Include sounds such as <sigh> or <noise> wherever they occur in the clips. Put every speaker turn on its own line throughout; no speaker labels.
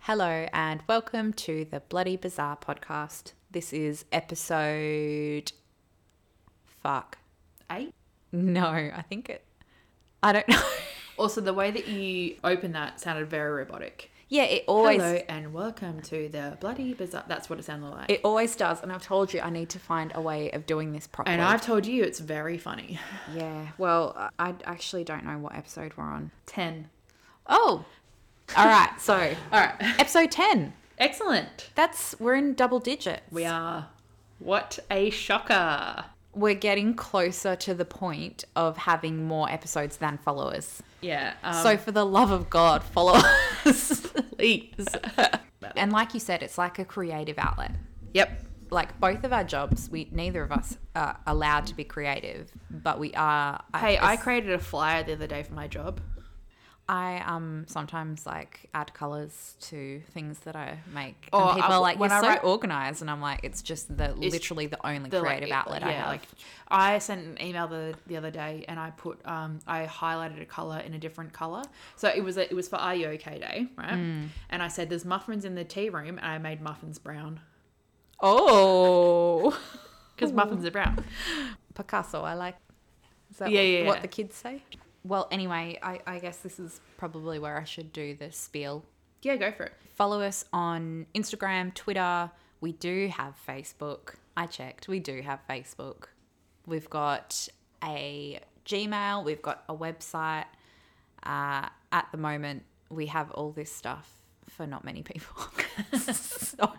Hello, and welcome to the Bloody Bizarre podcast. This is episode. Fuck.
Eight.
No, I think it. I don't know. <laughs>
Also, the way that you opened that sounded very robotic.
yeah, it always.
Hello and welcome to the bloody bizarre. That's what it sounded like.
It always does, and I've told you I need to find a way of doing this properly.
and I've told you it's
<laughs>
very funny.
yeah. Well, I- I actually don't know what episode we're on.
Ten.
Oh, all right. <laughs> So
All right. <laughs>
episode ten.
Excellent.
That's we're in double digits.
We are. What a shocker.
We're getting closer to the point of having more episodes than followers.
Yeah. Um,
so for the love of God, follow us, please. <laughs> and like you said, it's like a creative outlet.
Yep.
Like both of our jobs, we neither of us are allowed to be creative, but we are.
Hey, I
I
created a flyer the other day for my job.
I um sometimes like add colors to things that I make,
Or
and people
I-
are like, "You're
when I
so
write-
organized," and I'm like, "It's just the literally the only
the, like,
creative
e-
outlet I
yeah,
have."
Like, I sent an email the, the other day and I put um I highlighted a color in a different color. So it was a, it was for Are You OK Day, right?
Mm.
And I said there's muffins in the tea room and I made muffins brown
oh,
because muffins are brown.
<laughs> Picasso, I like. Is that
Yeah,
what,
yeah,
what
yeah.
the kids say? Well, anyway, I, I guess this is probably where I should do the spiel.
Yeah, go for it.
Follow us on Instagram, Twitter. We do have Facebook. I checked. We do have Facebook. We've got a Gmail. We've got a website. Uh, at the moment, we have all this stuff for not many people. <laughs> so,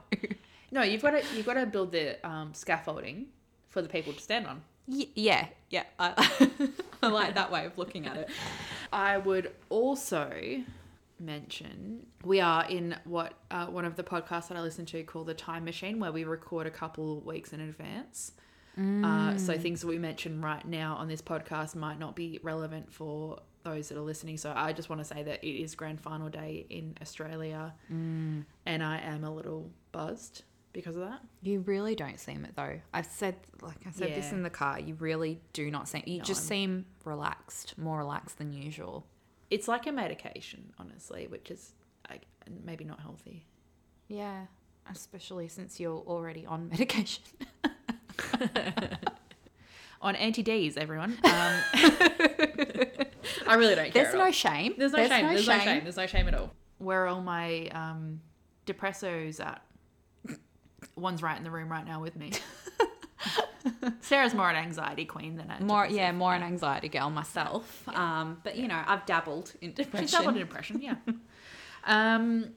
No, you've got to you've got to build the um, scaffolding for the people to stand on.
y- yeah, yeah. I, <laughs> I like that way of looking at it.
I would also mention we are in what uh, one of the podcasts that I listen to called the Time Machine, where we record a couple weeks in advance. Uh, so things that we mention right now on this podcast might not be relevant for those that are listening. So I just want to say that it is grand final day in Australia, and I am a little buzzed because of that.
You really don't seem it though. I've said, like I said this
Yeah.
in the car, you really do not seem, you
No,
just
I'm-
seem relaxed, more relaxed than usual.
It's like a medication, honestly, which is like, maybe not healthy.
Yeah, especially since you're already on <laughs> medication.
on anti D's, everyone. Um, <laughs> I really don't care.
There's
at
no
all.
shame.
there's no shame. there's no shame. There's no shame at all. Where are all my um, depressos at? One's right in the room right now with <laughs> me. Sarah's more an anxiety queen than a
More,
depressive.
yeah, more an anxiety girl myself. Um, but you know, I've dabbled in depression.
She's doubled in depression, <laughs> yeah. um,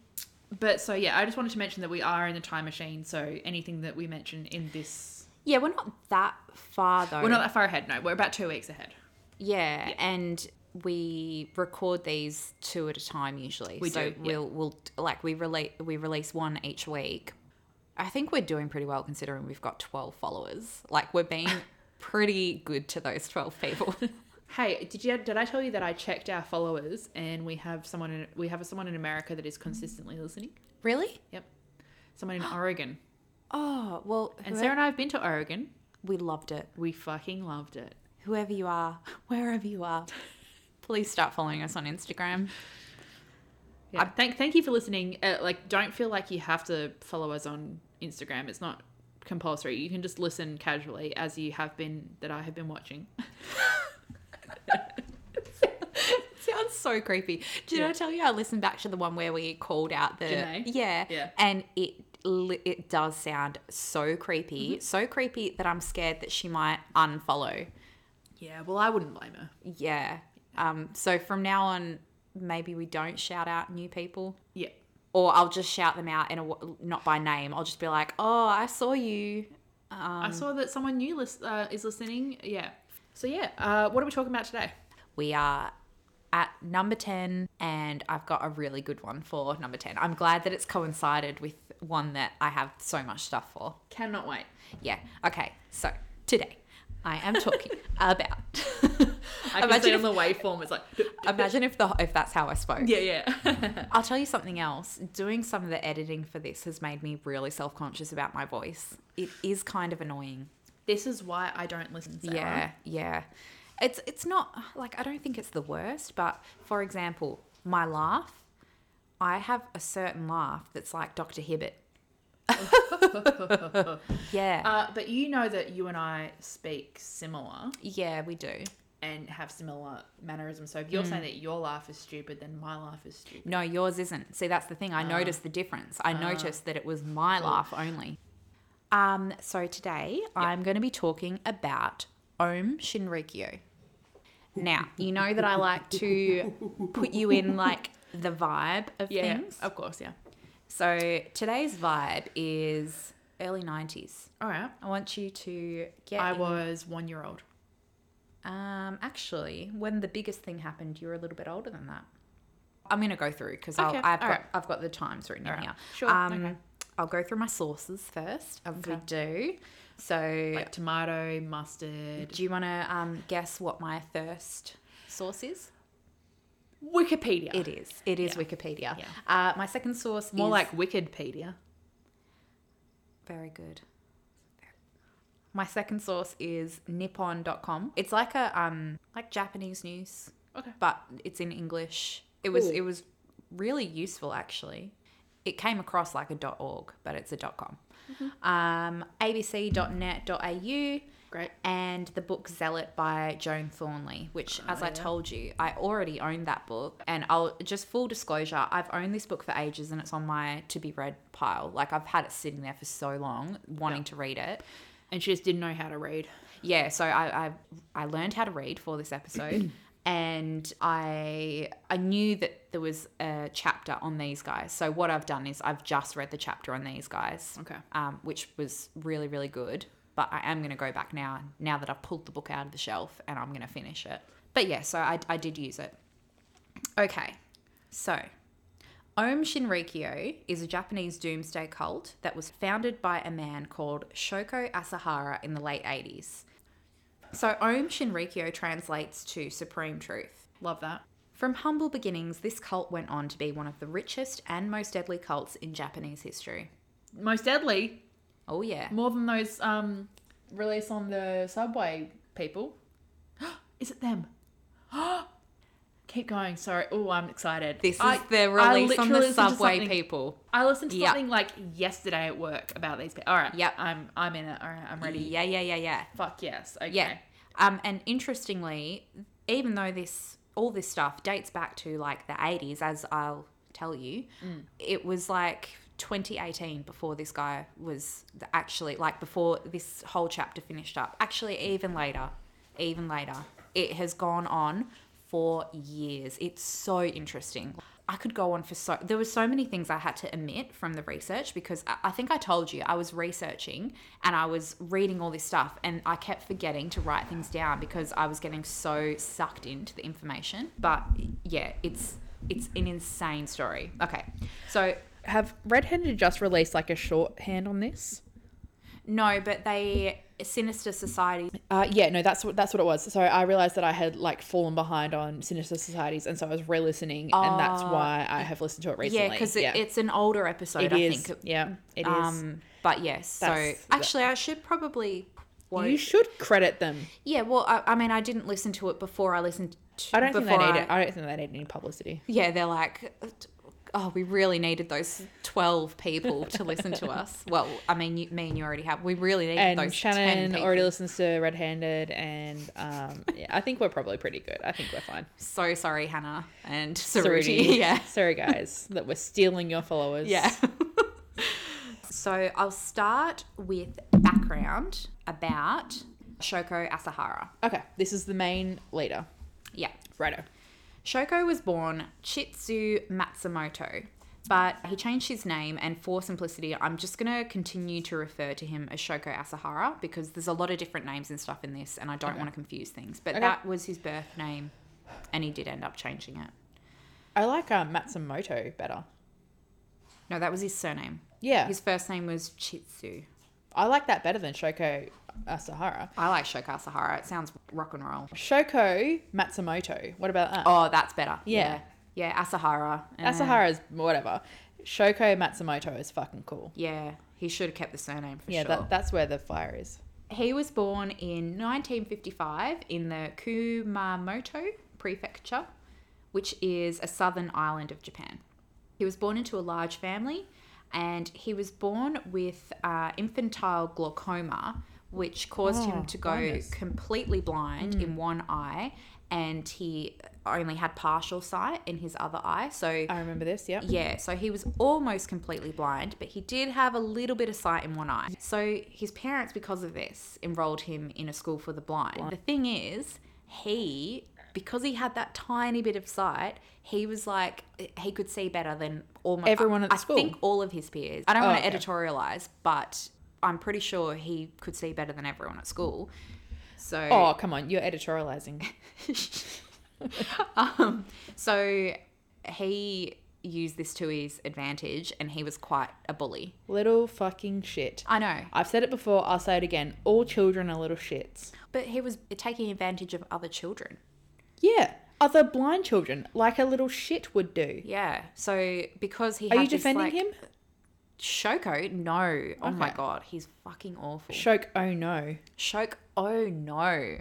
but so yeah, I just wanted to mention that we are in the time machine. So anything that we mention in this,
Yeah, we're not that far though.
we're not that far ahead. No, we're about two weeks ahead.
Yeah, and we record these two at a time usually.
We
so
do, yeah.
we'll we'll like we relate we release one each week. I think we're doing pretty well considering we've got 12 followers. Like we're
<laughs>
being pretty good to those 12 people.
Hey, did you did I tell you that I checked our followers and we have someone in we have someone in America that is consistently listening?
really?
Yep. Someone <gasps> in Oregon.
Oh, well,
And
whoe-
Sarah and I have been to Oregon.
we loved it.
We fucking loved it.
Whoever you are, <laughs> wherever you <laughs> are, please start following us on Instagram.
Yeah. thank thank you for listening. Uh, like don't feel like you have to follow us on Instagram. It's not compulsory. You can just listen casually as you have been that I have been watching.
<laughs>
<laughs>
Sounds so creepy. Did I
Yeah.
tell you I listened back to the one where we called out the
Janae?
yeah,
Yeah.
and it li- it does sound so creepy, so creepy that I'm scared that she might unfollow.
Yeah, well I wouldn't blame her.
Yeah. Um. So from now on, maybe we don't shout out new people,
Yeah.
or I'll just shout them out and not by name. I'll just be like, "Oh, I saw you."
I saw that someone new lis- uh, is listening. Yeah. So yeah, uh, what are we talking about today?
We are at number 10, and I've got a really good one for number 10. I'm glad that it's coincided with one that I have so much stuff for.
Cannot wait.
Yeah. Okay. So today I am talking about. <laughs>
I can see
imagine,
on
if,
the waveform it's like
imagine if the if that's how I spoke.
Yeah, yeah. <laughs>
I'll tell you something else. Doing some of the editing for this has made me really self conscious about my voice. It is kind of annoying.
this is why I don't listen. Sarah.
Yeah, yeah. It's it's not like I don't think it's the worst, but for example, my laugh, I have a certain laugh that's like Dr. Hibbert. yeah.
<laughs> Uh, but you know that you and I speak similar
yeah, we do.
and have similar mannerisms. So if you're saying that your laugh is stupid, then my laugh is stupid.
No, yours isn't. See, that's the thing. I noticed the difference. I noticed that it was my laugh only. Um, so today I'm going to be talking about Om Shinrikyo. Now, you know that I like to put you in like the vibe of things.
of course, yeah.
So today's vibe is early 90s.
All right.
I want you to get
I
in-
was one year old.
Um, actually, when the biggest thing happened, you were a little bit older than that. I'm gonna go through because
Okay,
I've got
all right.
I've got the times written
All
in
right,
here.
sure,
Um,
okay.
I'll go through my sauces first, as we do. So,
Like tomato, mustard.
do you want to um, guess what my first sauce is?
Wikipedia.
It is. It is Wikipedia.
Yeah.
Uh, my second sauce
More
is
like Wikidpedia.
very good. My second source is nippon.com. It's like a um like Japanese news
Okay.
but it's in English. It was
Cool.
it was really useful actually. It came across like a .org, but it's a .com.
Mm-hmm.
Um, abc.net.au
Great.
and the book Zealot by Joan Thornley, which, as I
yeah.
told you, I already own that book. And I'll just full disclosure, I've owned this book for ages and it's on my to be read pile. Like, I've had it sitting there for so long, wanting to read it.
And she just didn't know how to read.
Yeah, so I, I I learned how to read for this episode, and I I knew that there was a chapter on these guys. So what I've done is I've just read the chapter on these guys,
Okay.
um, which was really really good. But I am going to go back now now that I've pulled the book out of the shelf and I'm going to finish it. But yeah, so I I did use it. Okay, so Om Shinrikyo is a Japanese doomsday cult that was founded by a man called Shoko Asahara in the late 80s. So Om Shinrikyo translates to supreme truth.
Love that.
From humble beginnings, this cult went on to be one of the richest and most deadly cults in Japanese history.
Most deadly.
Oh yeah.
More than those um release on the subway
<gasps>
people. Is it them? <gasps> Keep going. Sorry. Oh, I'm excited.
This is
I-
the
I
release on
literally
the
listened to
subway
something-
people.
I listened to
Yep.
something like yesterday at work about these people. All right.
Yep.
I'm I'm in it. All right. I'm ready.
Yeah, yeah, yeah, yeah.
Fuck yes. Mm. Okay.
Yeah. Um, and interestingly, even though this all this stuff dates back to like the 80s, as I'll tell you,
Mm.
it was like 2018 before this guy was th- actually like before this whole chapter finished up. Actually, even later, even later, it has gone on for years. It's so interesting. I could go on for so. There were so many things I had to omit from the research because I, I think I told you I was researching and I was reading all this stuff and I kept forgetting to write things down because I was getting so sucked into the information. But yeah, it's it's an insane story. Okay, so
Have Red Handed just released like a shorthand on this?
no, but they Sinister Society.
Uh, yeah, no, that's what that's what it was. So I realized that I had like fallen behind on Sinister Societies, and so I was re-listening, and that's why I have listened to it recently.
Ah. Yeah, because it, it's an older episode.
It
I
is.
think.
yeah, it is.
Um, but yes, so
That's-
actually, I should probably. quote-
you should credit them.
Yeah, well, I, I mean, I didn't listen to it before I listened to.
I don't think they
before
need it. I don't think they need any publicity.
Yeah, they're like, oh, we really needed those twelve people to listen to
<laughs>
us. Well, I mean, you, me and you already have. We really needed
And
those ten
Shannon
people.
already listens to Red Handed, and um, yeah, I think we're probably pretty good. I think
<laughs>
we're fine.
so sorry, Hannah and
Saruti.
Saruti. <laughs> Yeah,
sorry guys that we're stealing your followers.
yeah. so I'll start with background about Shoko Asahara.
<laughs> Okay, this is the main leader.
Yeah.
Righto.
Shoko was born Chitsu Matsumoto, but he changed his name, and for simplicity, I'm just going to continue to refer to him as Shoko Asahara because there's a lot of different names and stuff in this, and I don't want to confuse things. But
Okay.
that was his birth name, and he did end up changing it.
I like uh, Matsumoto better.
No, that was his surname.
Yeah,
His first name was Chitsu.
I like that better than Shoko Asahara.
I like Shoko Asahara. It sounds rock and roll.
Shoko Matsumoto. What about that?
Oh, that's better.
Yeah.
Yeah, yeah Asahara. Uh,
Asahara's whatever. Shoko Matsumoto is fucking cool.
Yeah, he should have kept the surname for
yeah,
sure.
that, that's where the fire is.
He was born in 1955 in the Kumamoto Prefecture, which is a southern island of Japan. He was born into a large family and he was born with uh, infantile glaucoma, which caused
Oh,
him to go
blindness.
completely blind in one eye and he only had partial sight in his other eye. So,
I remember this, yeah.
yeah, so he was almost completely blind, but he did have a little bit of sight in one eye. So his parents, because of this, enrolled him in a school for the blind. The thing is, he, because he had that tiny bit of sight, he was like, he could see better than almost
Everyone at the
I
school.
think all of his peers. I don't
Oh,
want to
okay.
editorialize, but I'm pretty sure he could see better than everyone at school. So
Oh, come on, you're editorializing.
<laughs> um, so he used this to his advantage and he was quite a bully.
little fucking shit.
I know.
I've said it before, I'll say it again. All children are little shits.
But he was taking advantage of other children.
Yeah. Other blind children, like a little shit would do.
Yeah. So because he
Are
had
you
this,
defending
like-
him?
Shoko? No. Oh my
Okay.
god, he's fucking awful.
Shoke, oh no.
Shoko? Oh no.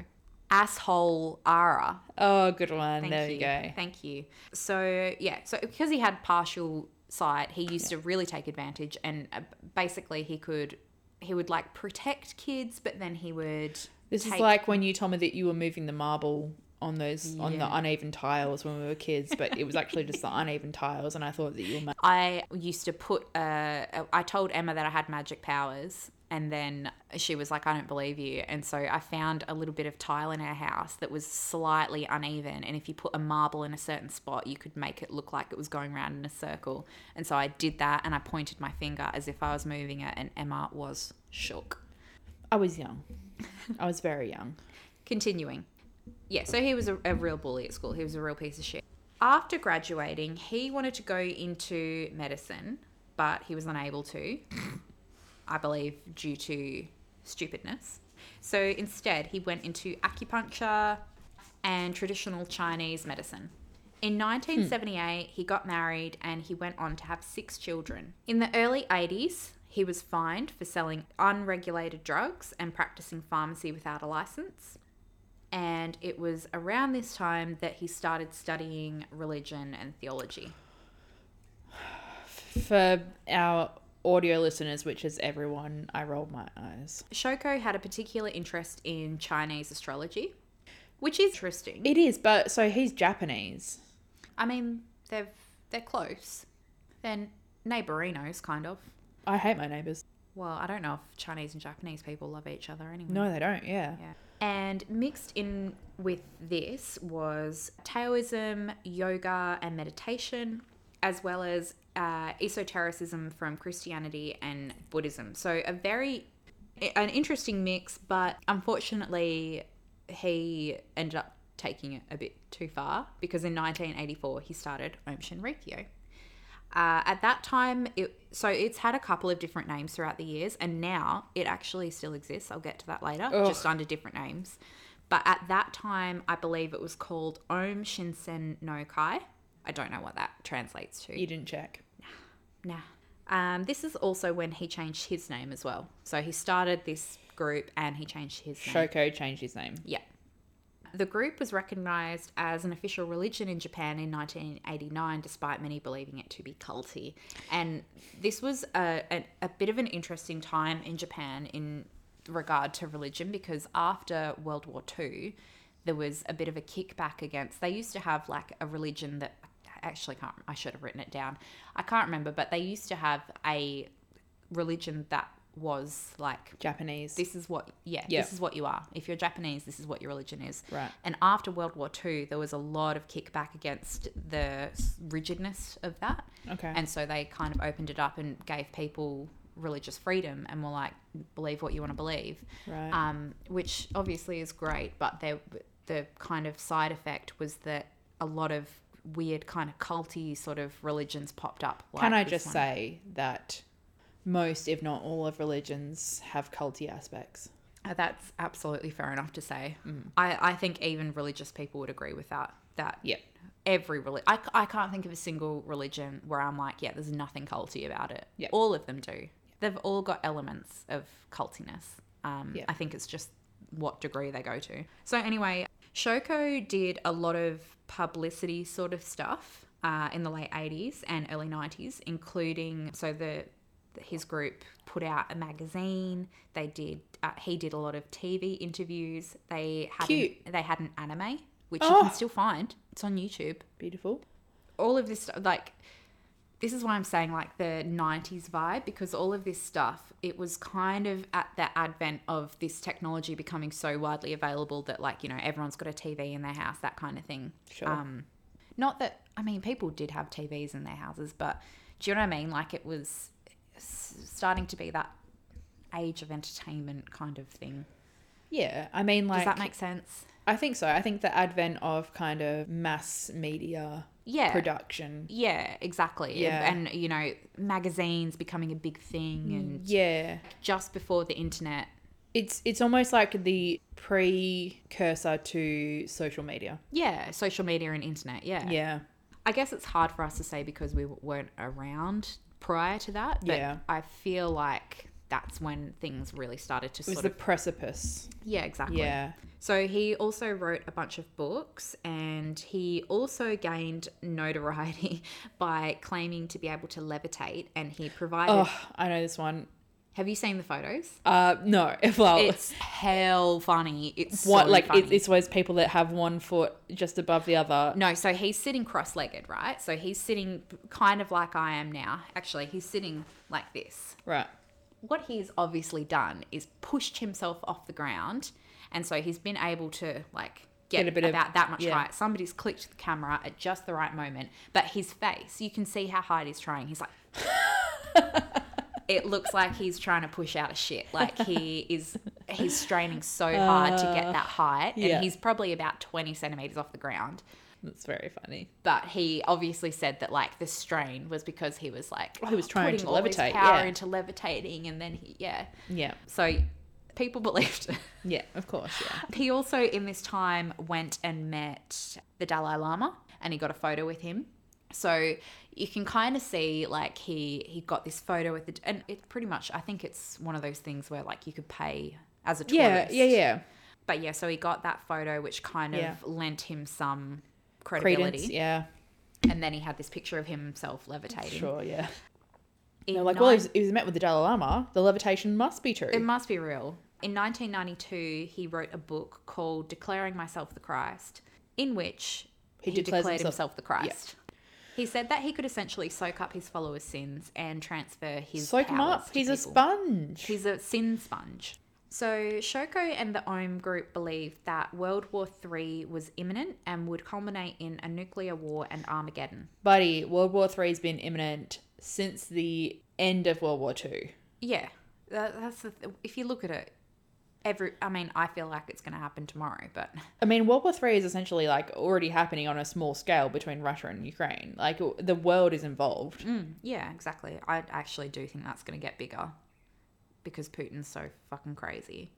Asshole Ara.
Oh, good one.
Thank
there
you.
you go.
Thank you. So yeah, so because he had partial sight, he used to really take advantage, and uh, basically he could he would like protect kids, but then he would
This is
take-
like when you told me that you were moving the marble on those on the
Yeah.
uneven tiles when we were kids, but it was
<laughs>
actually just the uneven tiles, and I thought that you were. Ma-
I used to put uh, uh, I told Emma that I had magic powers. And then she was like, I don't believe you. And so I found a little bit of tile in our house that was slightly uneven. And if you put a marble in a certain spot, you could make it look like it was going round in a circle. And so I did that and I pointed my finger as if I was moving it. And Emma was shook.
I was young. I was very young.
Continuing. Yeah, so he was a, a real bully at school. He was a real piece of shit. After graduating, he wanted to go into medicine, but he was unable to, I believe, due to stupidness. So instead, he went into acupuncture and traditional Chinese medicine. In 1978, he got married and he went on to have six children. In the early 80s, he was fined for selling unregulated drugs and practicing pharmacy without a license and it was around this time that he started studying religion and theology.
For our audio listeners, which is everyone, I rolled my eyes.
Shoko had a particular interest in Chinese astrology, which is interesting.
It is, but so he's Japanese.
I mean, they're they're close. They're neighborinos, kind of.
I hate my neighbors.
Well, I don't know if Chinese and Japanese people love each other anyway.
No, they don't. Yeah.
Mm. Yeah. And mixed in with this was Taoism, yoga, and meditation, as well as uh, esotericism from Christianity and Buddhism. So a very an interesting mix, but unfortunately, he ended up taking it a bit too far because in 1984 he started Om Shinrikyo. Uh, at that time, it, so it's had a couple of different names throughout the years, and now it actually still exists. I'll get to that later, just under different names. But at that time, I believe it was called Om Shinsen no Kai. I don't know what that translates to.
You didn't check.
Nah. Um, this is also when he changed his name as well. So he started this group and he changed his name.
Shoko changed his name.
Yeah. The group was recognized as an official religion in Japan in 1989, despite many believing it to be culty. And this was a, a, a bit of an interesting time in Japan in regard to religion because after World War II, there was a bit of a kickback against. They used to have like a religion that I actually can't, I should have written it down. I can't remember, but they used to have a religion that was like
Japanese.
this is what yeah,
Yeah.
this is what you are if you're japanese this is what your religion is
Right.
and after world war ii there was a lot of kickback against the rigidness of that
Okay.
and so they kind of opened it up and gave people religious freedom and were like believe what you want to believe
right.
um, which obviously is great, but there, the kind of side effect was that a lot of weird kind of culty sort of religions popped up. Like
Can I
this
just
one.
say that most, if not all, of religions have culty aspects?
Uh, That's absolutely fair enough to say. I, I think even religious people would agree with that. That
Yep.
every religion, I, I can't think of a single religion where I'm like, yeah, there's nothing culty about it.
Yep.
All of them do. They've all got elements of cultiness. Um,
Yep.
I think it's just what degree they go to. So anyway, Shoko did a lot of publicity sort of stuff. uh, in the late 80s and early 90s, including so the his group put out a magazine. They did uh, he did a lot of TV interviews. They had
Cute.
An, they had an anime which you
Oh.
can still find. It's on YouTube.
Beautiful.
All of this stuff like this is why I'm saying like the 90s vibe because all of this stuff it was kind of at the advent of this technology becoming so widely available that like you know everyone's got a TV in their house that kind of thing.
Sure.
Um, not that I mean, people did have TVs in their houses, but do you know what I mean? Like it was s- starting to be that age of entertainment kind of thing.
Yeah, I mean,
Does
like,
that make sense?
I think so. I think the advent of kind of mass media
Yeah.
production.
yeah, exactly.
Yeah.
And you know, magazines becoming a big thing
Mm.
and
Yeah,
just before the internet.
it's it's almost like the precursor to social media.
Yeah, social media and internet. Yeah.
Yeah,
I guess it's hard for us to say because we weren't around prior to that, but
Yeah.
I feel like that's when things really started to
it was
sort
the
of
precipice.
Yeah, exactly.
Yeah,
So he also wrote a bunch of books and he also gained notoriety <laughs> by claiming to be able to levitate and he provided
oh, I know this one.
Have you seen the photos?
Uh, no, <laughs> well,
It's hell funny. It's
what
so
like
funny.
It, it's always people that have one foot just above the other.
No, so he's sitting cross-legged, right? So he's sitting kind of like I am now. Actually, he's sitting like this.
Right.
what he's obviously done is pushed himself off the ground and so he's been able to like get,
Get a bit of-
about that much
yeah.
height somebody's clicked the camera at just the right moment but his face you can see how hard he's trying he's like
<laughs>
it looks like he's trying to push out a shit like he is he's straining so hard to get that height and
Uh, yeah.
he's probably about 20 centimeters off the ground
That's very funny.
but he obviously said that like the strain was because he was like
Oh, He was trying
putting
to
all his
levitate,
power
yeah.
into levitating and then he yeah
Yeah.
so people <laughs> believed it.
Yeah. Of course.
<gasps>
Yeah.
he also in this time went and met the dalai lama and he got a photo with him so you can kind of see like he he got this photo with the and it's pretty much i think it's one of those things where like you could pay as a
Yeah.
tourist
Yeah. Yeah.
but yeah so he got that photo which kind
Yeah.
of lent him some credibility
Credence. Yeah.
and then he had this picture of himself levitating
Sure. Yeah.
In
They're like, well, he
nine-
was, he was met with the Dalai Lama. The levitation must be true.
It must be real. In 1992, he wrote a book called Declaring Myself the Christ, in which he,
He declares
declared himself,
himself-
the Christ. He said that he could essentially soak up his followers' sins and transfer his
Soak him
powers
up.
to
He's a
people.
sponge.
He's a sin sponge. So Shoko and the Ohm group believed that World War III was imminent and would culminate in a nuclear war and Armageddon.
Buddy, World War Three's been imminent since the end of World War Two.
Yeah, that, that's the th- if you look at it, every I mean, I feel like it's going to happen tomorrow, but <laughs>
I mean, World War Three is essentially like already happening on a small scale between Russia and Ukraine. Like w- the world is involved.
Mm, yeah, exactly. I actually do think that's going to get bigger because Putin's so fucking crazy.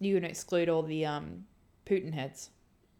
You can exclude all the um, Putin heads.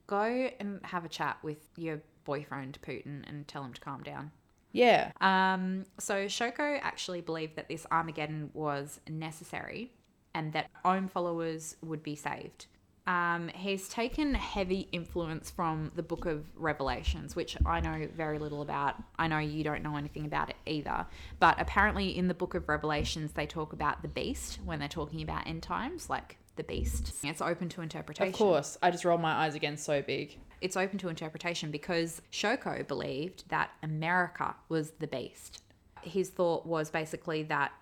Go and have a chat with your boyfriend Putin and tell him to calm down.
Yeah.
Um, so Shoko actually believed that this Armageddon was necessary and that Ohm followers would be saved. Um, he's taken heavy influence from the book of Revelations, which I know very little about. I know you don't know anything about it either. But apparently, in the book of Revelations, they talk about the beast when they're talking about end times, like the beast. It's open to interpretation
Of course. I just roll my eyes again so big.
it's open to interpretation because Shoko believed that America was the beast. His thought was basically that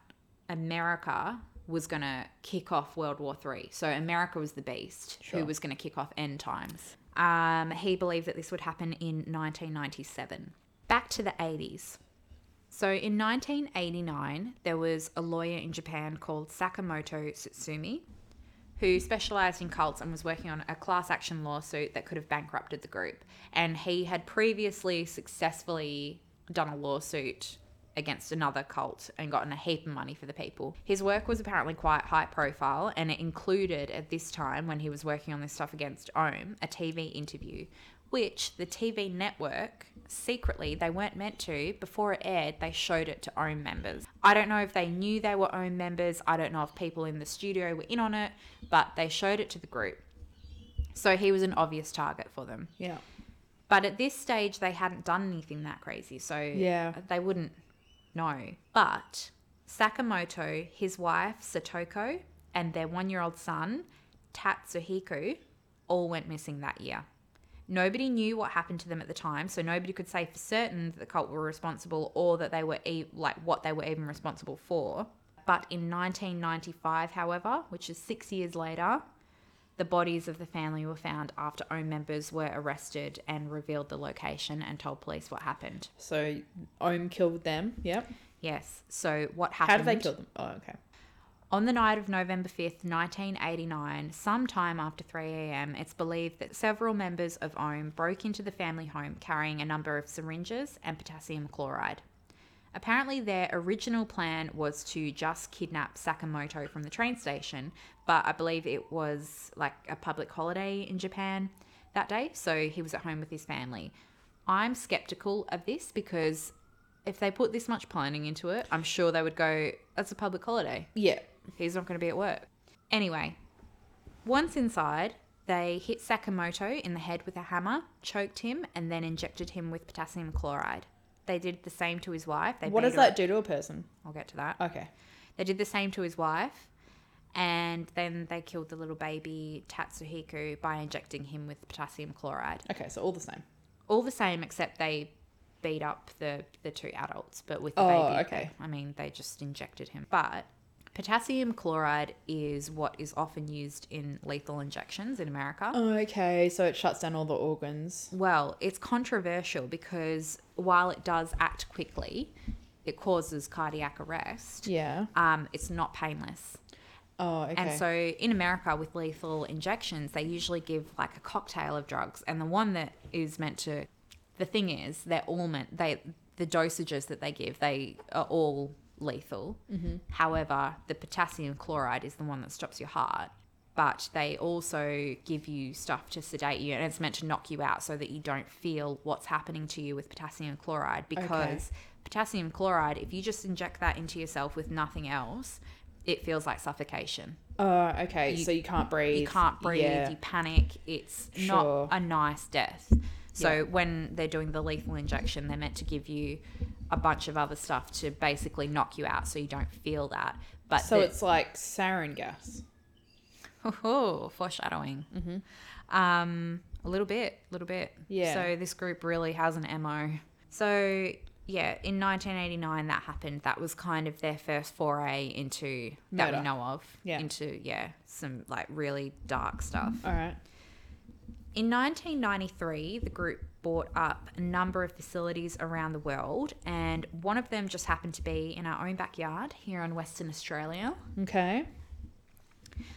America was going to kick off World War III. So America was the beast who
Sure.
was going to kick off end times. Um, he believed that this would happen in 1997. Back to the 80s. So in 1989, there was a lawyer in Japan called Sakamoto Sutsumi who specialized in cults and was working on a class action lawsuit that could have bankrupted the group. And he had previously successfully done a lawsuit against another cult and gotten a heap of money for the people. His work was apparently quite high profile and it included at this time when he was working on this stuff against Ohm, a TV interview which the TV network secretly they weren't meant to before it aired they showed it to own members i don't know if they knew they were own members i don't know if people in the studio were in on it but they showed it to the group so he was an obvious target for them
Yeah.
But at this stage, they hadn't done anything that crazy, so
Yeah.
they wouldn't know. But Sakamoto, his wife Satoko, and their one-year-old son Tatsuhiko all went missing that year. Nobody knew what happened to them at the time, so nobody could say for certain that the cult were responsible or that they were e- like what they were even responsible for. But in 1995, however, which is six years later, the bodies of the family were found after OWN members were arrested and revealed the location and told police what happened.
So Ohm killed them. Yep.
Yes. So what
How
happened?
did they kill them? Oh, okay.
On the night of November 5th, 1989, sometime after 3 a.m., it's believed that several members of OM broke into the family home carrying a number of syringes and potassium chloride. Apparently, their original plan was to just kidnap Sakamoto from the train station, but I believe it was like a public holiday in Japan that day, so he was at home with his family. I'm skeptical of this because if they put this much planning into it, I'm sure they would go, that's a public holiday
Yeah.
he's not going to be at work. Anyway, once inside, they hit Sakamoto in the head with a hammer, choked him, and then injected him with potassium chloride. They did the same to his wife. They
What
beat
does
her-
that do to a person?
I'll get to that.
Okay.
They did the same to his wife, and then they killed the little baby Tatsuhiku by injecting him with potassium chloride.
Okay. So all the same.
All the same, except they beat up the the two adults, but with the
Oh,
baby.
okay.
they- I mean, they just injected him. But potassium chloride is what is often used in lethal injections in America.
Okay. So it shuts down all the organs.
Well, it's controversial because while it does act quickly, it causes cardiac arrest.
Yeah.
Um, it's not painless.
Oh, okay.
And so in America with lethal injections, they usually give like a cocktail of drugs and the one that is meant to the thing is they're all meant they the dosages that they give, they are all lethal. However, the potassium chloride is the one that stops your heart. But they also give you stuff to sedate you, and it's meant to knock you out so that you don't feel what's happening to you with potassium chloride. Because potassium chloride, if you just inject that into yourself with nothing else, it feels like suffocation.
oh, okay.
you-
so you can't breathe.
You can't breathe,
Yeah.
you panic. It's not
Sure.
a nice death. So when they're doing the lethal injection, they're meant to give you a bunch of other stuff to basically knock you out so you don't feel that. But
So
the-
it's like sarin gas.
<laughs> Oh, foreshadowing. Um, a little bit, a little bit.
Mm-hmm. Yeah.
So this group really has an MO. So yeah, in 1989 that happened. That was kind of their first foray into that we
Murder.
know of.
Yeah.
Into yeah, some like really dark stuff.
All right.
In 1993, the group bought up a number of facilities around the world, and one of them just happened to be in our own backyard here in Western Australia.
Okay.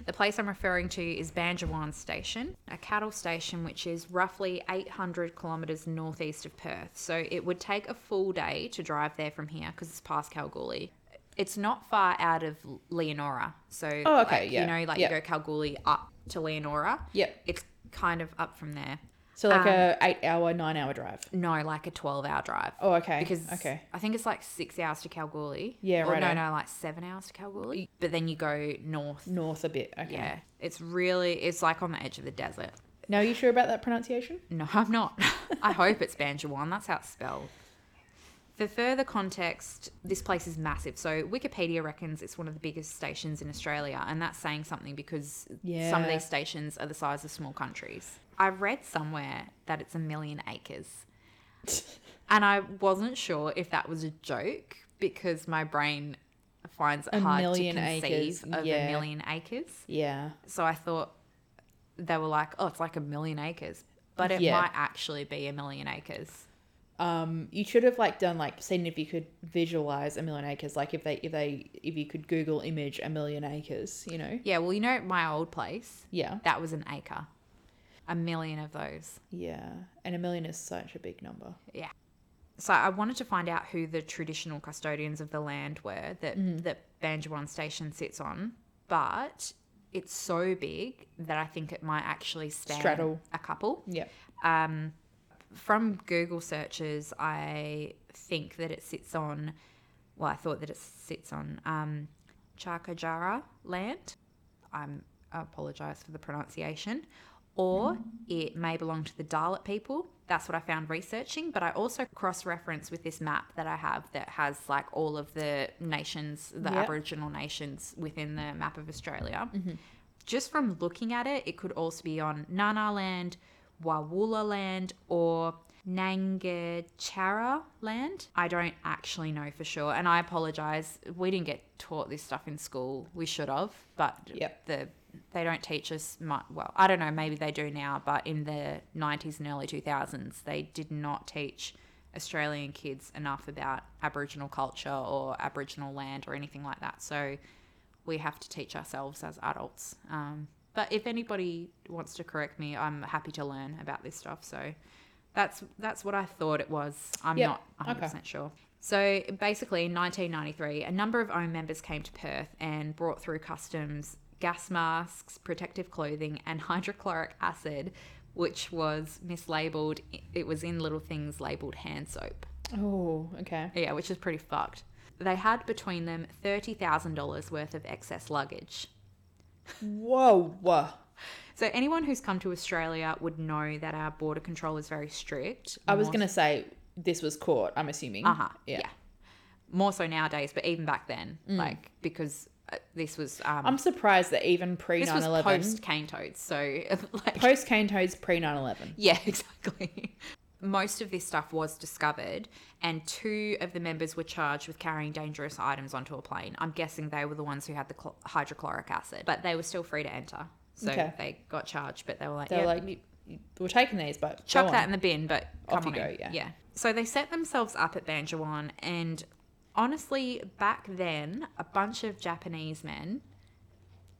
The place I'm referring to is Banjawan Station, a cattle station which is roughly 800 kilometres northeast of Perth. So it would take a full day to drive there from here because it's past Kalgoorlie. It's not far out of Leonora. So,
Oh, okay,
like,
yeah,
you know, like
yeah.
you go Kalgoorlie up to Leonora.
Yep.
It's kind of up from there.
So like
Um,
a eight hour, nine hour drive.
No, like a 12 hour drive.
Oh, okay.
Because
okay.
I think it's like six hours to Kalgoorlie.
Yeah,
Or No,
righto.
no, like seven hours to Kalgoorlie. But then you go north.
North a bit. Okay.
Yeah, it's really it's like on the edge of the desert.
Now, are you sure about that pronunciation?
No, I'm not. <laughs> I hope it's Banjawan. That's how it's spelled. For further context, this place is massive. So Wikipedia reckons it's one of the biggest stations in Australia, and that's saying something because some of
Yeah.
these stations are the size of small countries. I read somewhere that it's a million acres.
<laughs>
And I wasn't sure if that was a joke because my brain finds it
A
hard to
million
conceive
acres,
of a
yeah.
million acres.
Yeah.
So I thought they were like, oh, it's like a million acres, but it
Yeah.
might actually be a million acres.
Um, you should have like done like seen if you could visualize a million acres. Like if they if they if you could Google image a million acres, you know.
Yeah, well, you know, at my old place,
Yeah.
that was an acre, a million of those.
Yeah. And a million is such a big number.
So I wanted to find out who the traditional custodians of the land were that
Mm-hmm.
that Banjawan Station sits on, but it's so big that I think it might actually span
Straddle.
a couple.
Yeah.
Um, from Google searches, I think that it sits on, well, I thought that it sits on um, Chakajara land. I'm, I apologize for the pronunciation. or it may belong to the Dalit people. That's what I found researching, but I also cross reference with this map that I have that has like all of the nations, the
Yep.
Aboriginal nations within the map of Australia. Just from looking at it, it could also be on Nana land, Wawula land, or Nangachara land. I don't actually know for sure, and I apologize. We didn't get taught this stuff in school. We should have, but
Yep.
the they don't teach us much. Well, I don't know. Maybe they do now, but in the 90s and early 2000s, they did not teach Australian kids enough about Aboriginal culture or Aboriginal land or anything like that. So we have to teach ourselves as adults. Um, but if anybody wants to correct me, I'm happy to learn about this stuff. So that's that's what I thought it was. I'm
Yep.
not 100
Okay.
percent sure. So basically, in 1993, a number of OWN members came to Perth and brought through customs gas masks, protective clothing, and <laughs> hydrochloric acid, which was mislabeled. It was in little things labeled hand soap.
Oh, okay.
Yeah, which is pretty fucked. They had between them $30,000 worth of excess luggage.
Whoa. Whoa.
So anyone who's come to Australia would know that our border control is very strict.
I was
More
going to say this was caught, I'm assuming.
Uh huh. Yeah. More so nowadays, but even back then, like because uh, this was um,
Mm. I'm surprised that even pre
this was
9 11,
post cane toads. So <laughs> like
post cane toads, pre 9 11.
yeah, <laughs> exactly. Most of this stuff was discovered, and two of the members were charged with carrying dangerous items onto a plane. I'm guessing they were the ones who had the cl- hydrochloric acid, but they were still free to enter. So
Okay.
they got charged, but they were like,
They're
"Yeah,
like, "You- we're taking these, but go
chuck
on."
that in the bin, but come
Off
on
you
in.
go, yeah.
So they set themselves up at Banjawan, and honestly, back then, a bunch of Japanese men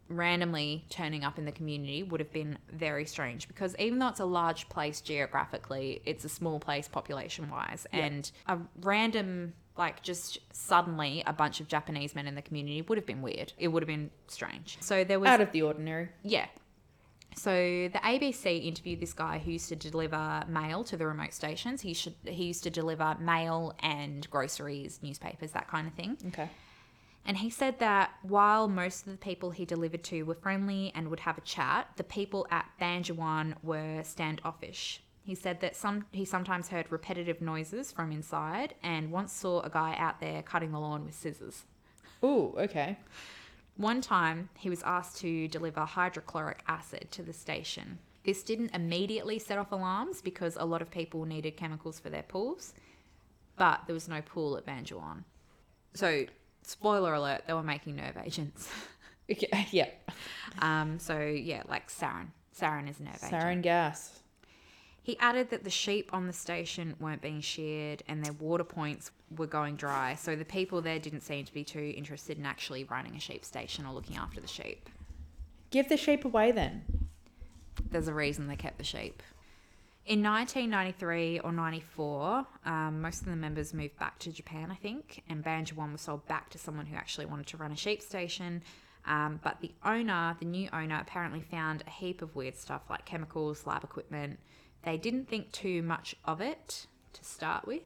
randomly turning up in the community would have been very strange because even though it's a large place geographically, it's a small place population wise, and a random like just suddenly a bunch of Japanese men in the community would have been weird. It would have been strange. So there was
Out of the ordinary.
yeah. So the ABC interviewed this guy who used to deliver mail to the remote stations. He should he used to deliver mail and groceries, newspapers, that kind of thing.
Okay.
And he said that while most of the people he delivered to were friendly and would have a chat, the people at Banjawan were standoffish. He said that some he sometimes heard repetitive noises from inside and once saw a guy out there cutting the lawn with scissors.
Ooh, okay.
One time, he was asked to deliver hydrochloric acid to the station. This didn't immediately set off alarms because a lot of people needed chemicals for their pools, but there was no pool at Banjuan. So, spoiler alert, they were making nerve agents. <laughs>
Okay, <laughs> Yeah.
Um, so, yeah, like sarin. Sarin is a nerve agent.
Sarin gas.
He added that the sheep on the station weren't being sheared and their water points were going dry, so the people there didn't seem to be too interested in actually running a sheep station or looking after the sheep.
Give the sheep away then.
there's a reason they kept the sheep. In 1993 or 94, um, most of the members moved back to Japan, I think, and Banjawan was sold back to someone who actually wanted to run a sheep station. Um, but the owner, the new owner, apparently found a heap of weird stuff like chemicals, lab equipment. They didn't think too much of it to start with.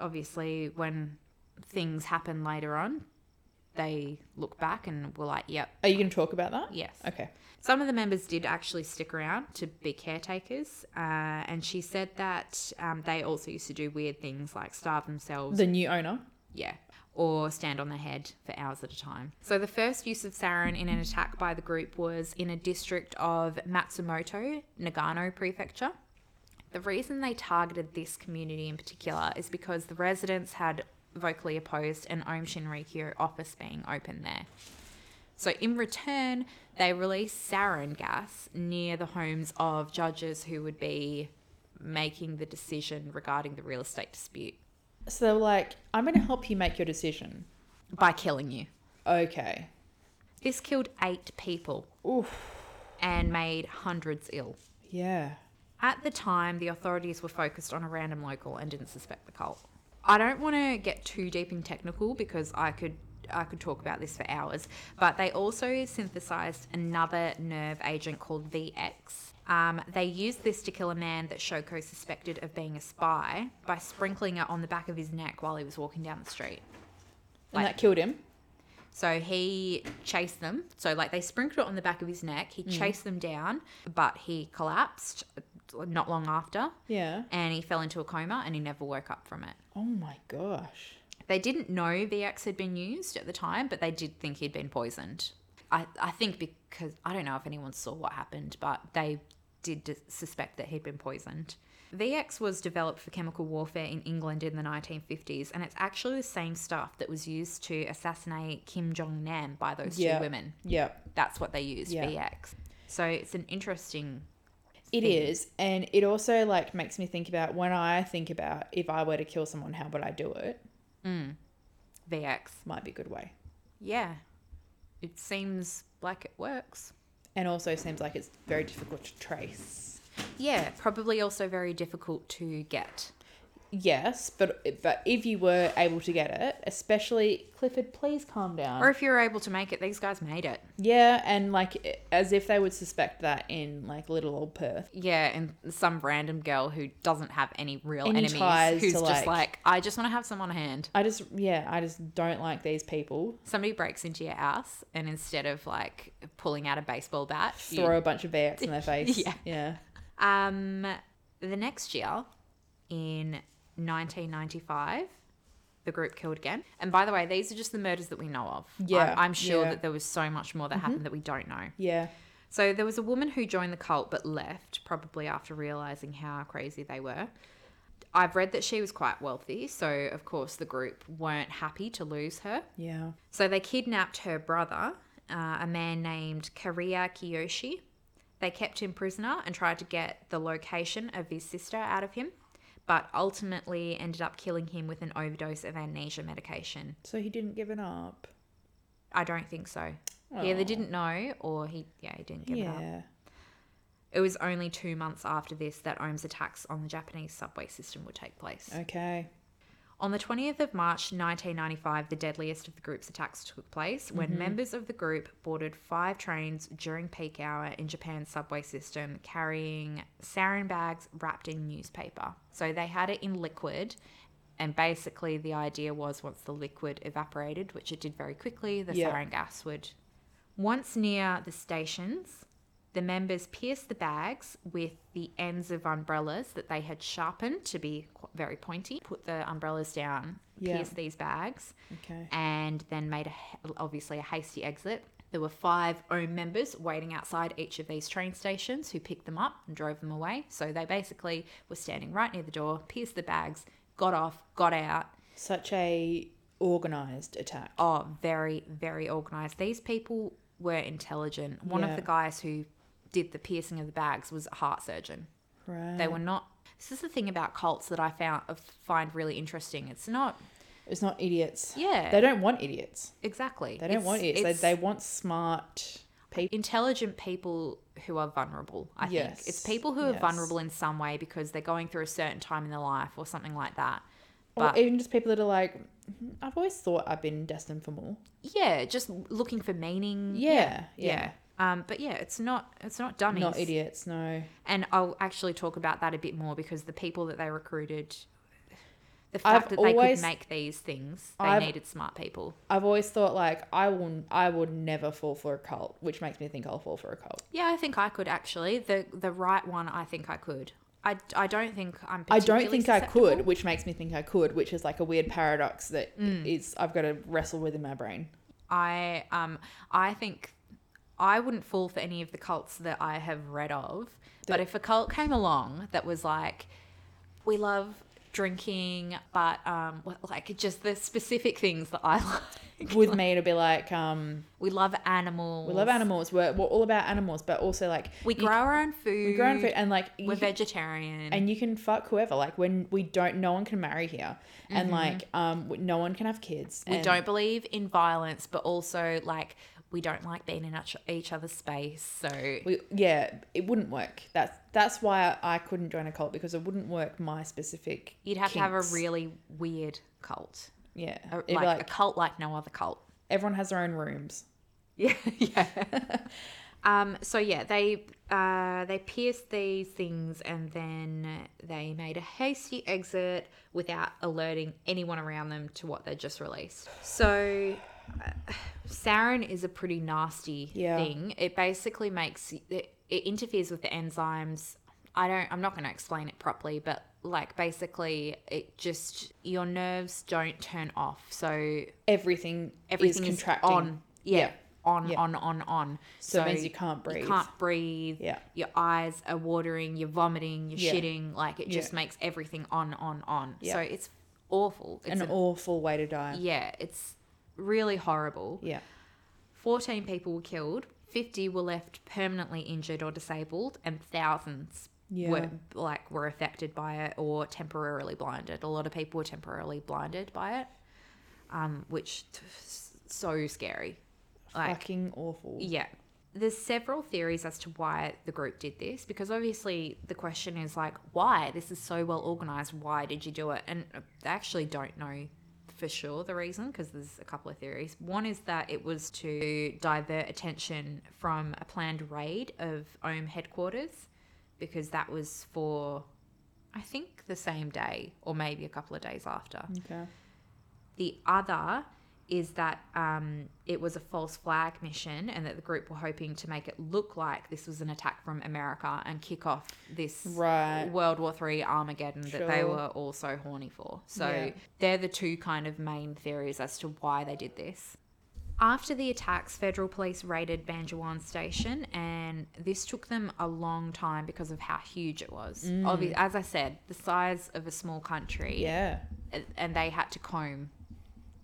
Obviously, when things happen later on, they look back and were like, yep,
Are you going to talk about that?
yes.
Okay.
Some of the members did actually stick around to be caretakers, uh, and she said that um, they also used to do weird things like starve themselves,
The new owner.
yeah, or stand on their head for hours at a time. So the first use of sarin in an attack by the group was in a district of Matsumoto, Nagano Prefecture. The reason they targeted this community in particular is because the residents had vocally opposed an Om Shinrikyo office being open there. So in return, they released sarin gas near the homes of judges who would be making the decision regarding the real estate dispute
So they were like, I'm going to help you make your decision.
by killing you.
Okay.
This killed eight people
Oof.
and made hundreds ill.
Yeah.
At the time, the authorities were focused on a random local and didn't suspect the cult. I don't want to get too deep in technical because I could I could talk about this for hours, but they also synthesized another nerve agent called VX. Um, they used this to kill a man that Shoko suspected of being a spy by sprinkling it on the back of his neck while he was walking down the street.
And that killed him.
So he chased them. So like they sprinkled it on the back of his neck. He chased them down, but he collapsed uh, not long after
Yeah.
and he fell into a coma and he never woke up from it.
Oh my gosh.
They didn't know VX had been used at the time, but they did think he'd been poisoned. I, I think because I don't know if anyone saw what happened, but they did d- suspect that he'd been poisoned. VX was developed for chemical warfare in England in the 1950s, and it's actually the same stuff that was used to assassinate Kim Jong Nam by those
Yeah.
two women.
Yep.
That's what they used,
Yeah.
VX. So it's an interesting.
It
thing.
is, and it also like makes me think about when I think about if I were to kill someone, how would I do it?
VX.
Might be a good way,
Yeah. It seems like it works.
and also seems like it's very difficult to trace.
Yeah, probably also very difficult to get.
Yes, but but if you were able to get it, especially Clifford, please calm down.
Or if you're able to make it, these guys made it.
yeah, and like as if they would suspect that in like little old Perth.
Yeah, and some random girl who doesn't have any real
Any ties
enemies who's
to,
just
like-
like, I just want to have someone on hand.
I just yeah, I just don't like these people.
Somebody breaks into your house, and instead of like pulling out a baseball bat, you-
Throw a bunch of VX in their face.
<laughs> Yeah.
yeah.
um, the next year in 1995, the group killed again. And by the way, these are just the murders that we know of.
Yeah,
I'm, I'm sure
yeah. Mm-hmm.
that there was so much more that happened that we don't know.
Yeah.
So there was a woman who joined the cult but left, probably after realizing how crazy they were. I've read that she was quite wealthy, so of course the group weren't happy to lose her.
Yeah.
So they kidnapped her brother, uh, a man named Kariya Kiyoshi. They kept him prisoner and tried to get the location of his sister out of him, but ultimately ended up killing him with an overdose of amnesia medication.
So he didn't give it up.
I don't think so. He either
Aw.
didn't know or he yeah, he didn't give it up.
yeah.
It was only two months after this that Ohm's attacks on the Japanese subway system would take place.
Okay.
On the 20th of March 1995, the deadliest of the group's attacks took place when members of the group boarded five trains during peak hour in Japan's subway system carrying sarin bags wrapped in newspaper. So they had it in liquid, and basically the idea was once the liquid evaporated, which it did very quickly, the
Yeah.
sarin gas would. Once near the stations, the members pierced the bags with the ends of umbrellas that they had sharpened to be qu- very pointy, put the umbrellas down,
Yeah.
pierced these bags,
Okay.
and then made a, ha- obviously a hasty exit. There were five OM members waiting outside each of these train stations who picked them up and drove them away. So they basically were standing right near the door, pierced the bags, got off, got out.
Such a organized attack.
Oh, very, very organized. These people were intelligent. One
Yeah.
of the guys who did the piercing of the bags was a heart surgeon.
Right.
They were not. This is the thing about cults that I found find really interesting. It's not.
It's not idiots.
Yeah,
They don't want idiots.
exactly.
They don't
It's-
want idiots.
it's
They, they want smart people.
intelligent people who are vulnerable. I
Yes.
think it's people who are
Yes.
vulnerable in some way because they're going through a certain time in their life or something like that.
Or
But
even just people that are like, "Mhm, I've always thought I've been destined for more.
yeah, just looking for meaning.
Yeah.
Mm, yeah. Um, but yeah, it's not it's not dummies.
Not idiots, no.
And I'll actually talk about that a bit more because the people that they recruited, the
I've
fact that they
always-
could make these things, they
I've-
needed smart people.
I've always thought like I will I would never fall for a cult, which makes me think I'll fall for a cult.
Yeah, I think I could actually. The the right one, I think I could. I, I don't think I'm.
I don't
particularly
think I could,
susceptible.
which makes me think I could, which is like a weird paradox that
Mm.
is I've got to wrestle with in my brain.
I um I think I wouldn't fall for any of the cults that I have read of. But if a cult came along that was like, we love drinking, but um well, like just the specific things that I <laughs> like.
With me to be like, um,
We love animals.
we love animals. We're, we're all about animals, but also like
We
you
grow our own food.
We grow in food and like you
We're
can-
vegetarian.
and you can fuck whoever. Like when we don't, no one can marry here, and like um, w- no one can have kids.
Mm-hmm. we
and-
don't believe in violence, but also like we don't like being in each- each other's space. So
We, yeah, it wouldn't work. That's that's why I, I couldn't join a cult because it wouldn't work. My specific.
you'd have to have a
kinks.
really weird cult,
yeah.
A-
It'd be
like,
like
a cult like no other cult.
everyone has their own rooms.
<laughs> Yeah, yeah. um. So yeah, they uh they pierced these things and then they made a hasty exit without alerting anyone around them to what they would just released. So uh, Sarin is a pretty nasty
Yeah.
thing. It basically makes it, it interferes with the enzymes. I don't. I'm not going to explain it properly, but like basically, it just your nerves don't turn off, so
Everything,
everything
is
is,
contracting.
on. Yeah.
Yeah.
On,
Yeah.
on, on, on.
So it means you can't breathe.
You can't breathe.
Yeah.
Your eyes are watering. You're vomiting. You're
Yeah.
shitting. Like it
Yeah.
just makes everything on, on, on.
Yeah.
So it's awful. It's
An
an-
awful way to die.
yeah. It's really horrible.
Yeah.
14 people were killed, 50 were left permanently injured or disabled, and thousands
Yeah.
were like were affected by it or temporarily blinded. A lot of people were temporarily blinded by it, um, which t- so scary. Like,
Fucking awful.
yeah. There's several theories as to why the group did this because obviously the question is like, why? This is so well organized. Why did you do it? And they actually don't know for sure the reason because there's a couple of theories. One is that it was to divert attention from a planned raid of OM headquarters because that was for, I think, the same day or maybe a couple of days after.
Okay.
The other is that um, it was a false flag mission and that the group were hoping to make it look like this was an attack from America and kick off this
Right.
World War Three Armageddon that they
Sure.
were also horny for. So
Yeah.
they're the two kind of main theories as to why they did this. After the attacks, federal police raided Banjawan station, and this took them a long time because of how huge it was.
Mm.
Obvi- as I said, the size of a small country
Yeah.
and- and they had to comb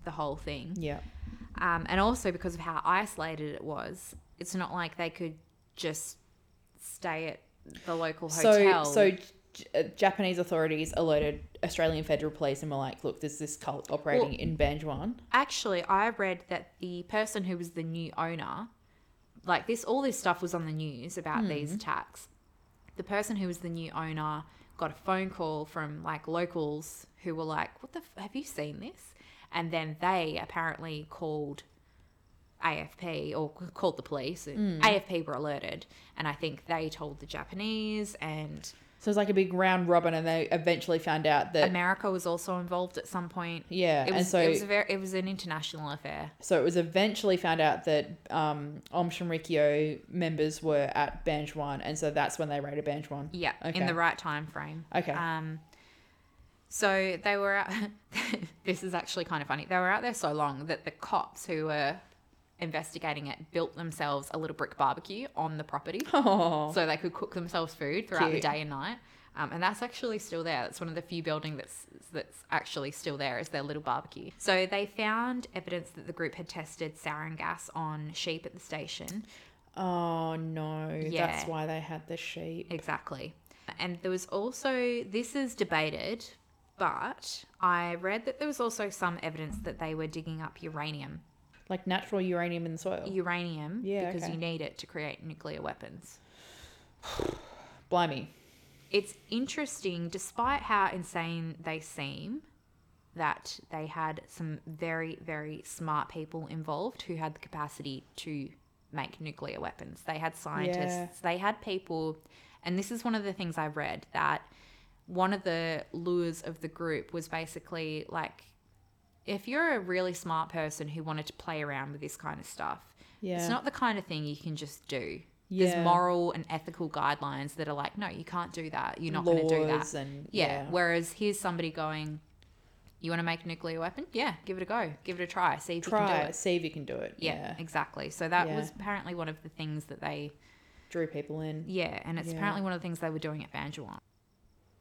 the whole thing.
Yeah.
Um, and also because of how isolated it was, it's not like they could just stay at the local hotel.
So, so J- uh, Japanese authorities alerted Australian federal police and were like, "Look, there's this cult operating
Well-
in Banjuan."
actually, I read that the person who was the new owner, like this, all this stuff was on the news about
Hmm.
these attacks. The person who was the new owner got a phone call from like locals who were like, "What the? F- have you seen this?" And then they apparently called AFP or c- called the police.
Hmm.
AFP were alerted, and I think they told the Japanese and
So it's like a big round robin, and they eventually found out that
America was also involved at some point.
Uh, yeah,
It was,
and so
it was a very, it was an international affair.
so it was eventually found out that um, Om Shinrikyo members were at Banjuan, and so that's when they raided Banjuan.
Yeah,
Okay.
in the right time frame.
Okay.
Um, so they were out. <laughs> this is actually kind of funny. They were out there so long that the cops who were investigating it built themselves a little brick barbecue on the property,
<laughs> Oh,
so they could cook themselves food throughout
Cute.
the day and night. Um, and that's actually still there. That's one of the few buildings that's that's actually still there is their little barbecue. So they found evidence that the group had tested sarin gas on sheep at the station.
oh no, that's
Yeah.
why they had the sheep.
Exactly. And there was also, this is debated, but I read that there was also some evidence that they were digging up uranium.
like natural uranium in the soil.
Uranium,
Yeah,
because
okay.
you need it to create nuclear weapons.
Blimey.
It's interesting, despite how insane they seem, that they had some very, very smart people involved who had the capacity to make nuclear weapons. They had scientists, they had people, and this is one of the things I read that one of the lures of the group was basically like if you're a really smart person who wanted to play around with this kind of stuff,
Yeah.
it's not the kind of thing you can just do.
Yeah.
There's moral and ethical guidelines that are like, no, you can't do that. You're not going to do that.
Laws and
Yeah.
yeah.
Whereas here's somebody going, you want to make a nuclear weapon? Yeah, give it a go. Give it a try. See if you
Try,
can do it.
see if you can do it.
Yeah,
Yeah.
exactly. So that
Yeah.
was apparently one of the things that they
Drew people in.
yeah, and it's
Yeah.
apparently one of the things they were doing at Banjuan.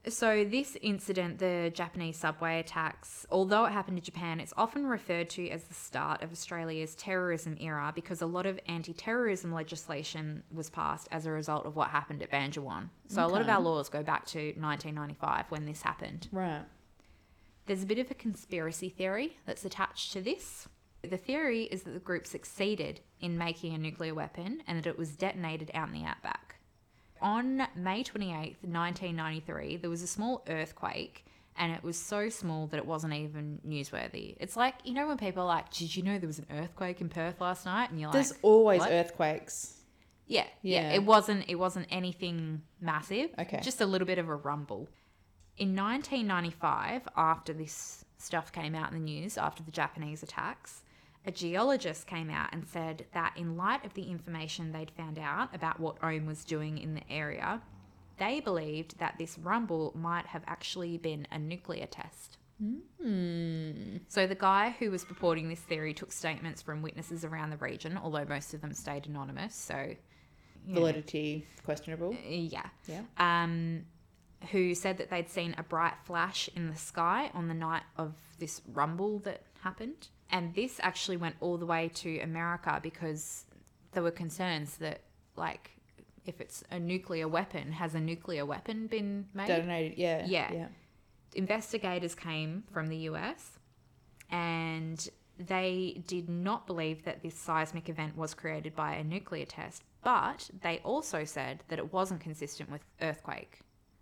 So this incident, the Japanese subway attacks, although it happened in Japan, it's often referred to as the start of Australia's terrorism era because a lot of anti-terrorism legislation was passed as a result of what happened at Banjuan. So a lot of
Okay.
our laws go back to 1995 when this happened.
Right.
There's a bit of a conspiracy theory that's attached to this. The theory is that the group succeeded in making a nuclear weapon and that it was detonated out in the outback. On May 28th, 1993, there was a small earthquake and it was so small that it wasn't even newsworthy. It's like, you know, when people are like, Did you know there was an earthquake in Perth last night? And you're
There's
like,
always
what?
earthquakes.
yeah, yeah,
Yeah.
It wasn't it wasn't anything massive.
Okay.
Just a little bit of a rumble. In 1995, after this stuff came out in the news after the Japanese attacks, a geologist came out and said that in light of the information they'd found out about what Ohm was doing in the area, they believed that this rumble might have actually been a nuclear test. So the guy who was purporting this theory took statements from witnesses around the region, although most of them stayed anonymous. So you know,
Validity questionable.
yeah.
Yeah.
Um, who said that they'd seen a bright flash in the sky on the night of this rumble that happened. And this actually went all the way to America because there were concerns that, like, if it's a nuclear weapon, has a nuclear weapon been made?
Detonated. Yeah.
Yeah.
Yeah.
investigators came from the US and they did not believe that this seismic event was created by a nuclear test, but they also said that it wasn't consistent with earthquake.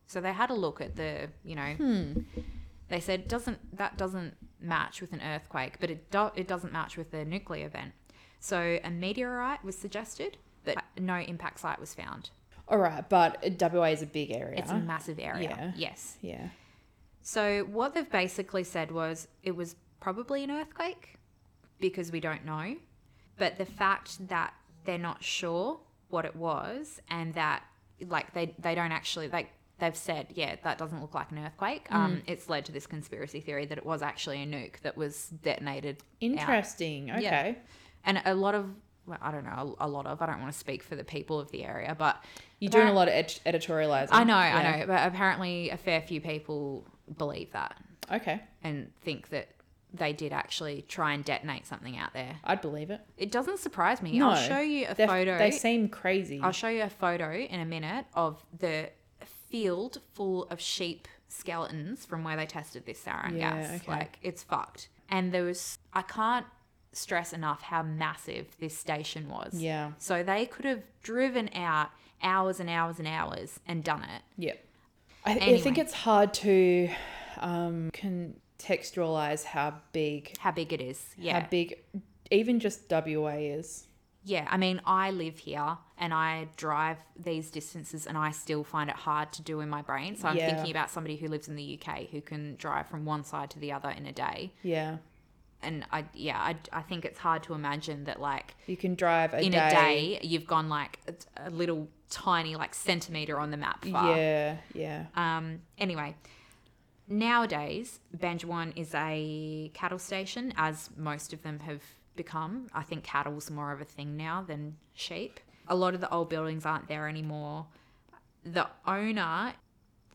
So they had a look at the, you know, they said doesn't that doesn't match with an earthquake, but it do, it doesn't match with a nuclear event. So a meteorite was suggested, but no impact site was found.
All right, but WA is a big area.
It's a massive area.
Yeah.
Yes.
yeah.
So what they've basically said was it was probably an earthquake because we don't know, but the fact that they're not sure what it was and that like they they don't actually like they've said yeah that doesn't look like an earthquake. Um, it's led to this conspiracy theory that it was actually a nuke that was detonated. out.
Interesting. Okay.
Yeah. And a lot of well, I don't know a lot of I don't want to speak for the people of the area, but
You're doing a lot of ed- editorializing.
I know I know, but apparently a fair few people believe that
know. Okay.
and think that they did actually try and detonate something out there.
I'd believe it.
It doesn't surprise me.
No.
I'll show you a
They're-
photo.
They seem crazy.
I'll show you a photo in a minute of the field full of sheep skeletons from where they tested this sarin
Yeah,
gas.
okay.
Like it's fucked. And there was I can't stress enough how massive this station was.
yeah.
So they could have driven out hours and hours and hours and done it.
Yep. I, I think
Anyway.
it's hard to um, contextualize how big,
How big it is. Yeah.
how big, even just WA is.
Yeah, I mean, I live here and I drive these distances and I still find it hard to do in my brain. So I'm
Yeah.
thinking about somebody who lives in the UK who can drive from one side to the other in a day.
Yeah.
And I, yeah, I, I think it's hard to imagine that, like,
You can drive a
in
day.
a day, you've gone like a, a little tiny, like, centimeter on the map far.
Yeah. Yeah.
Um, anyway, nowadays, Banjwan is a cattle station, as most of them have become. I think cattle's more of a thing now than sheep. A lot of the old buildings aren't there anymore. The owner,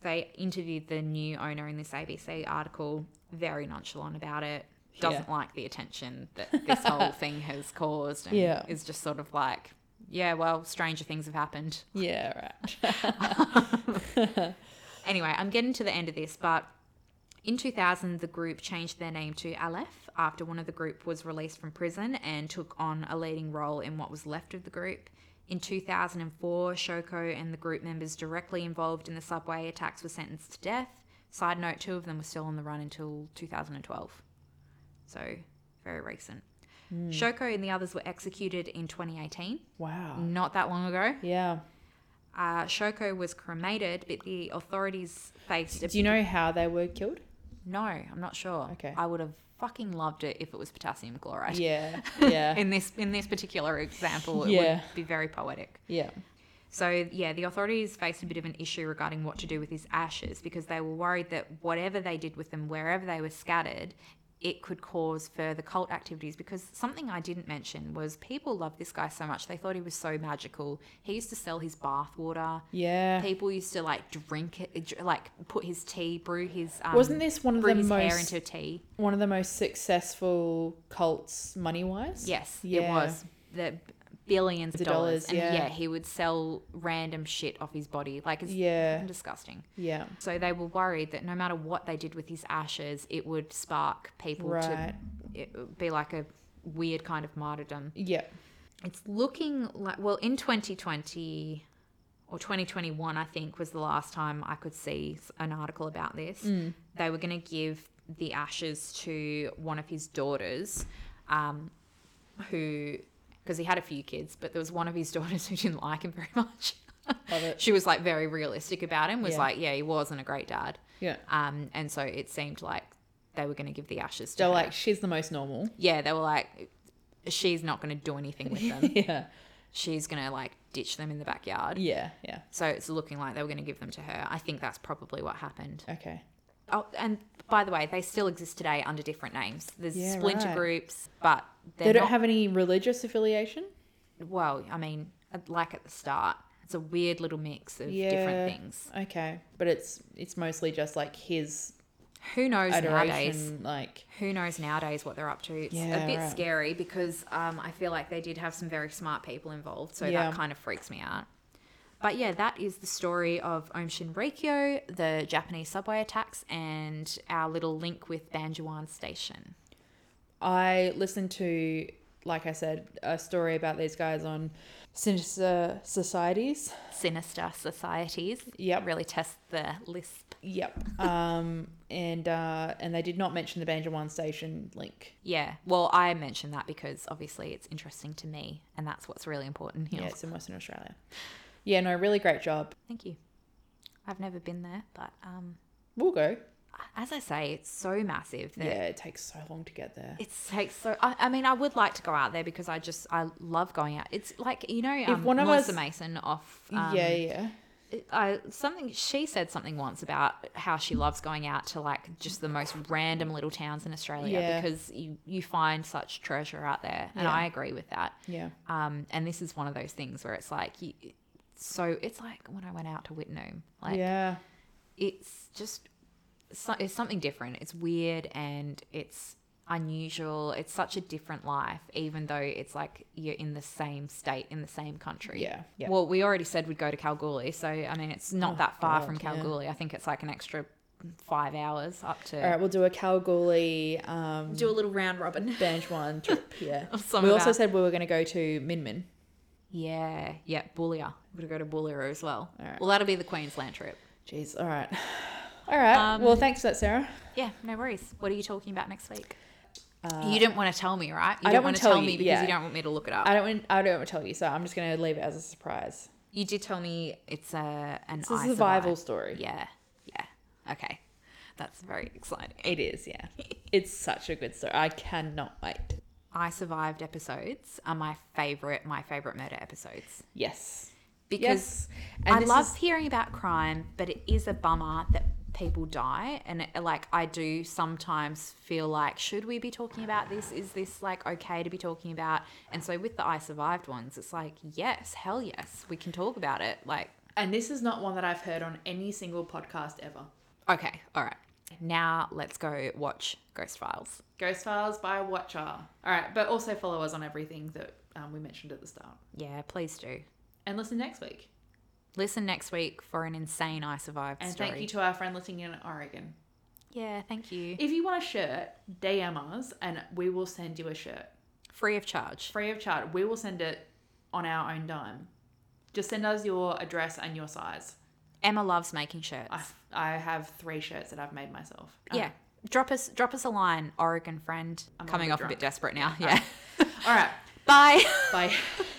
they interviewed the new owner in this ABC article, very nonchalant about it. Doesn't like the attention that this whole thing has caused. And
Yeah.
Is just sort of like, yeah, well, stranger things have happened.
Yeah.
<laughs>
Right.
Anyway, I'm getting to the end of this, but in 2000, the group changed their name to Aleph after one of the group was released from prison and took on a leading role in what was left of the group. In 2004, Shoko and the group members directly involved in the subway attacks were sentenced to death. Side note, two of them were still on the run until 2012. So, very recent.
Hmm.
Shoko and the others were executed in 2018,
Wow.
not that long ago.
Yeah.
Uh, Shoko was cremated, but the authorities faced. a-
Do you know how they were killed?
No, I'm not sure.
Okay.
I would have fucking loved it if it was potassium chloride.
Yeah.
<laughs>
Yeah.
In this in this particular example, it
Yeah.
would be very poetic.
yeah.
So yeah, the authorities faced a bit of an issue regarding what to do with his ashes because they were worried that whatever they did with them, wherever they were scattered, it could cause further cult activities. Because something I didn't mention was people loved this guy so much; they thought he was so magical. He used to sell his bath water.
Yeah.
People used to like drink it, dr- like put his tea, brew his. Um,
Wasn't this one of
brew
the
his hair
most
into tea?
one of the most successful cults money wise?
Yes, it
Yeah.
was the billions of
The
dollars,
dollars,
and
yeah.
yeah, he would sell random shit off his body. Like it's
Yeah.
disgusting.
Yeah.
So they were worried that no matter what they did with his ashes, it would spark people
Right.
to it would be like a weird kind of martyrdom.
Yeah.
It's looking like well in 2020 or 2021 I think was the last time I could see s- an article about this. They were going to give the ashes to one of his daughters um who because he had a few kids, but there was one of his <laughs> daughters who didn't like him very much.
Love it.
she was like very realistic about him was
Yeah.
like yeah he wasn't a great dad <laughs>
Yeah.
um and so it seemed like they were going to give the ashes to
They're
her.
like, she's the most normal.
yeah they were like she's not going to do anything <laughs> with them.
yeah.
she's going to like ditch them in the
<laughs>
backyard.
Yeah. Yeah.
So it's looking like they were going to give them to her. I think that's probably what happened.
Okay.
Oh, and by the way, they still exist today under different names. There's
Yeah,
splinter
right.
groups, but they're
They don't
not,
have any religious affiliation.
well, I mean, like at the start, it's a weird little mix of
Yeah.
different things.
Okay, but it's it's mostly just like his
Who knows nowadays?
adoration, like
Who knows nowadays what they're up to? It's
Yeah,
a bit
right.
scary because um, I feel like they did have some very smart people involved, so
Yeah.
that kind of freaks me out. But yeah, that is the story of Om Shinrikyo, the Japanese subway attacks, and our little link with Banjuan Station.
I listened to, like I said, a story about these guys on Sinister Societies.
Sinister societies.
Yep.
Really test the lisp. <laughs>
Yep. um, and uh, and they did not mention the Banjo One Station link.
Yeah. Well, I mentioned that because obviously it's interesting to me, and that's what's really important here.
Yeah, it's in Western Australia. Yeah, no, really great job.
Thank you. I've never been there, but um,
We'll go.
as I say, it's so massive that
Yeah, it takes so long to get there.
it takes so. I, I mean, I would like to go out there because I just I love going out. It's like you know, um,
one of
Melissa
us-
Mason off. Um,
yeah, yeah.
I, something she said something once about how she loves going out to like just the most random little towns in Australia
Yeah.
because you you find such treasure out there, and
Yeah.
I agree with that.
Yeah.
Um, and this is one of those things where it's like you. So it's like when I went out to Whitnome, like
yeah.
it's just so, it's something different. It's weird and it's unusual. It's such a different life, even though it's like you're in the same state, in the same country.
Yeah, yeah. Oh,
Well, we already said we'd go to Kalgoorlie, so I mean, it's not that far
God,
from
yeah.
Kalgoorlie. I think it's like an extra five hours up to.
All right, we'll do a Kalgoorlie um,
Do a little
<laughs>
round robin.
Banjo One trip. Yeah.
<laughs> Of some
we
of
also
our-
said we were going to go to Min Min.
Yeah, yeah, Bullia. We're gonna go to Bullia as well.
All right.
Well, that'll be the Queensland trip.
Jeez. All <sighs> right. All right.
Um,
well, thanks for that, Sarah.
Yeah, no worries. What are you talking about next week? you didn't want to tell me, right? You
Uh, I don't
want
wanna
to
tell
tell
you,
me because
yeah.
you don't want me to look it up.
I don't want. I don't want to tell you, so I'm just going to leave it as a surprise.
You did E tell me it's a an
It's a
I
survival
survived.
story.
Yeah, yeah. Okay, that's very exciting.
It is. Yeah. it's such a good story. I cannot wait.
I survived episodes are my favorite. My favorite murder episodes
Yes.
because
yes. And
I
this
love
is-
hearing about crime, but it is a bummer that people die, and it, like I do sometimes feel like should we be talking about this? Is this like okay to be talking about? And so with the I survived ones, it's like yes, hell yes, we can talk about it. Like
And this is not one that I've heard on any single podcast ever.
okay, all right. Now let's go watch Ghost Files.
Ghost Files by Watcher. All right, but also follow us on everything that um, we mentioned at the start.
Yeah, please do.
And listen next week.
Listen next week for an insane I survived
And
story.
thank you to our friend listening in Oregon.
yeah, thank you.
If you want a shirt, DM us and we will send you a shirt.
Free of charge.
Free of charge. We will send it on our own dime. Just send us your address and your size.
Emma loves making shirts.
I, I have three shirts that I've made myself. Um,
yeah. Drop us drop us a line, Oregon friend.
I'm a
Coming <laughs>
bit
off a bit desperate now. Yeah.
All right.
Bye.
Bye. <laughs>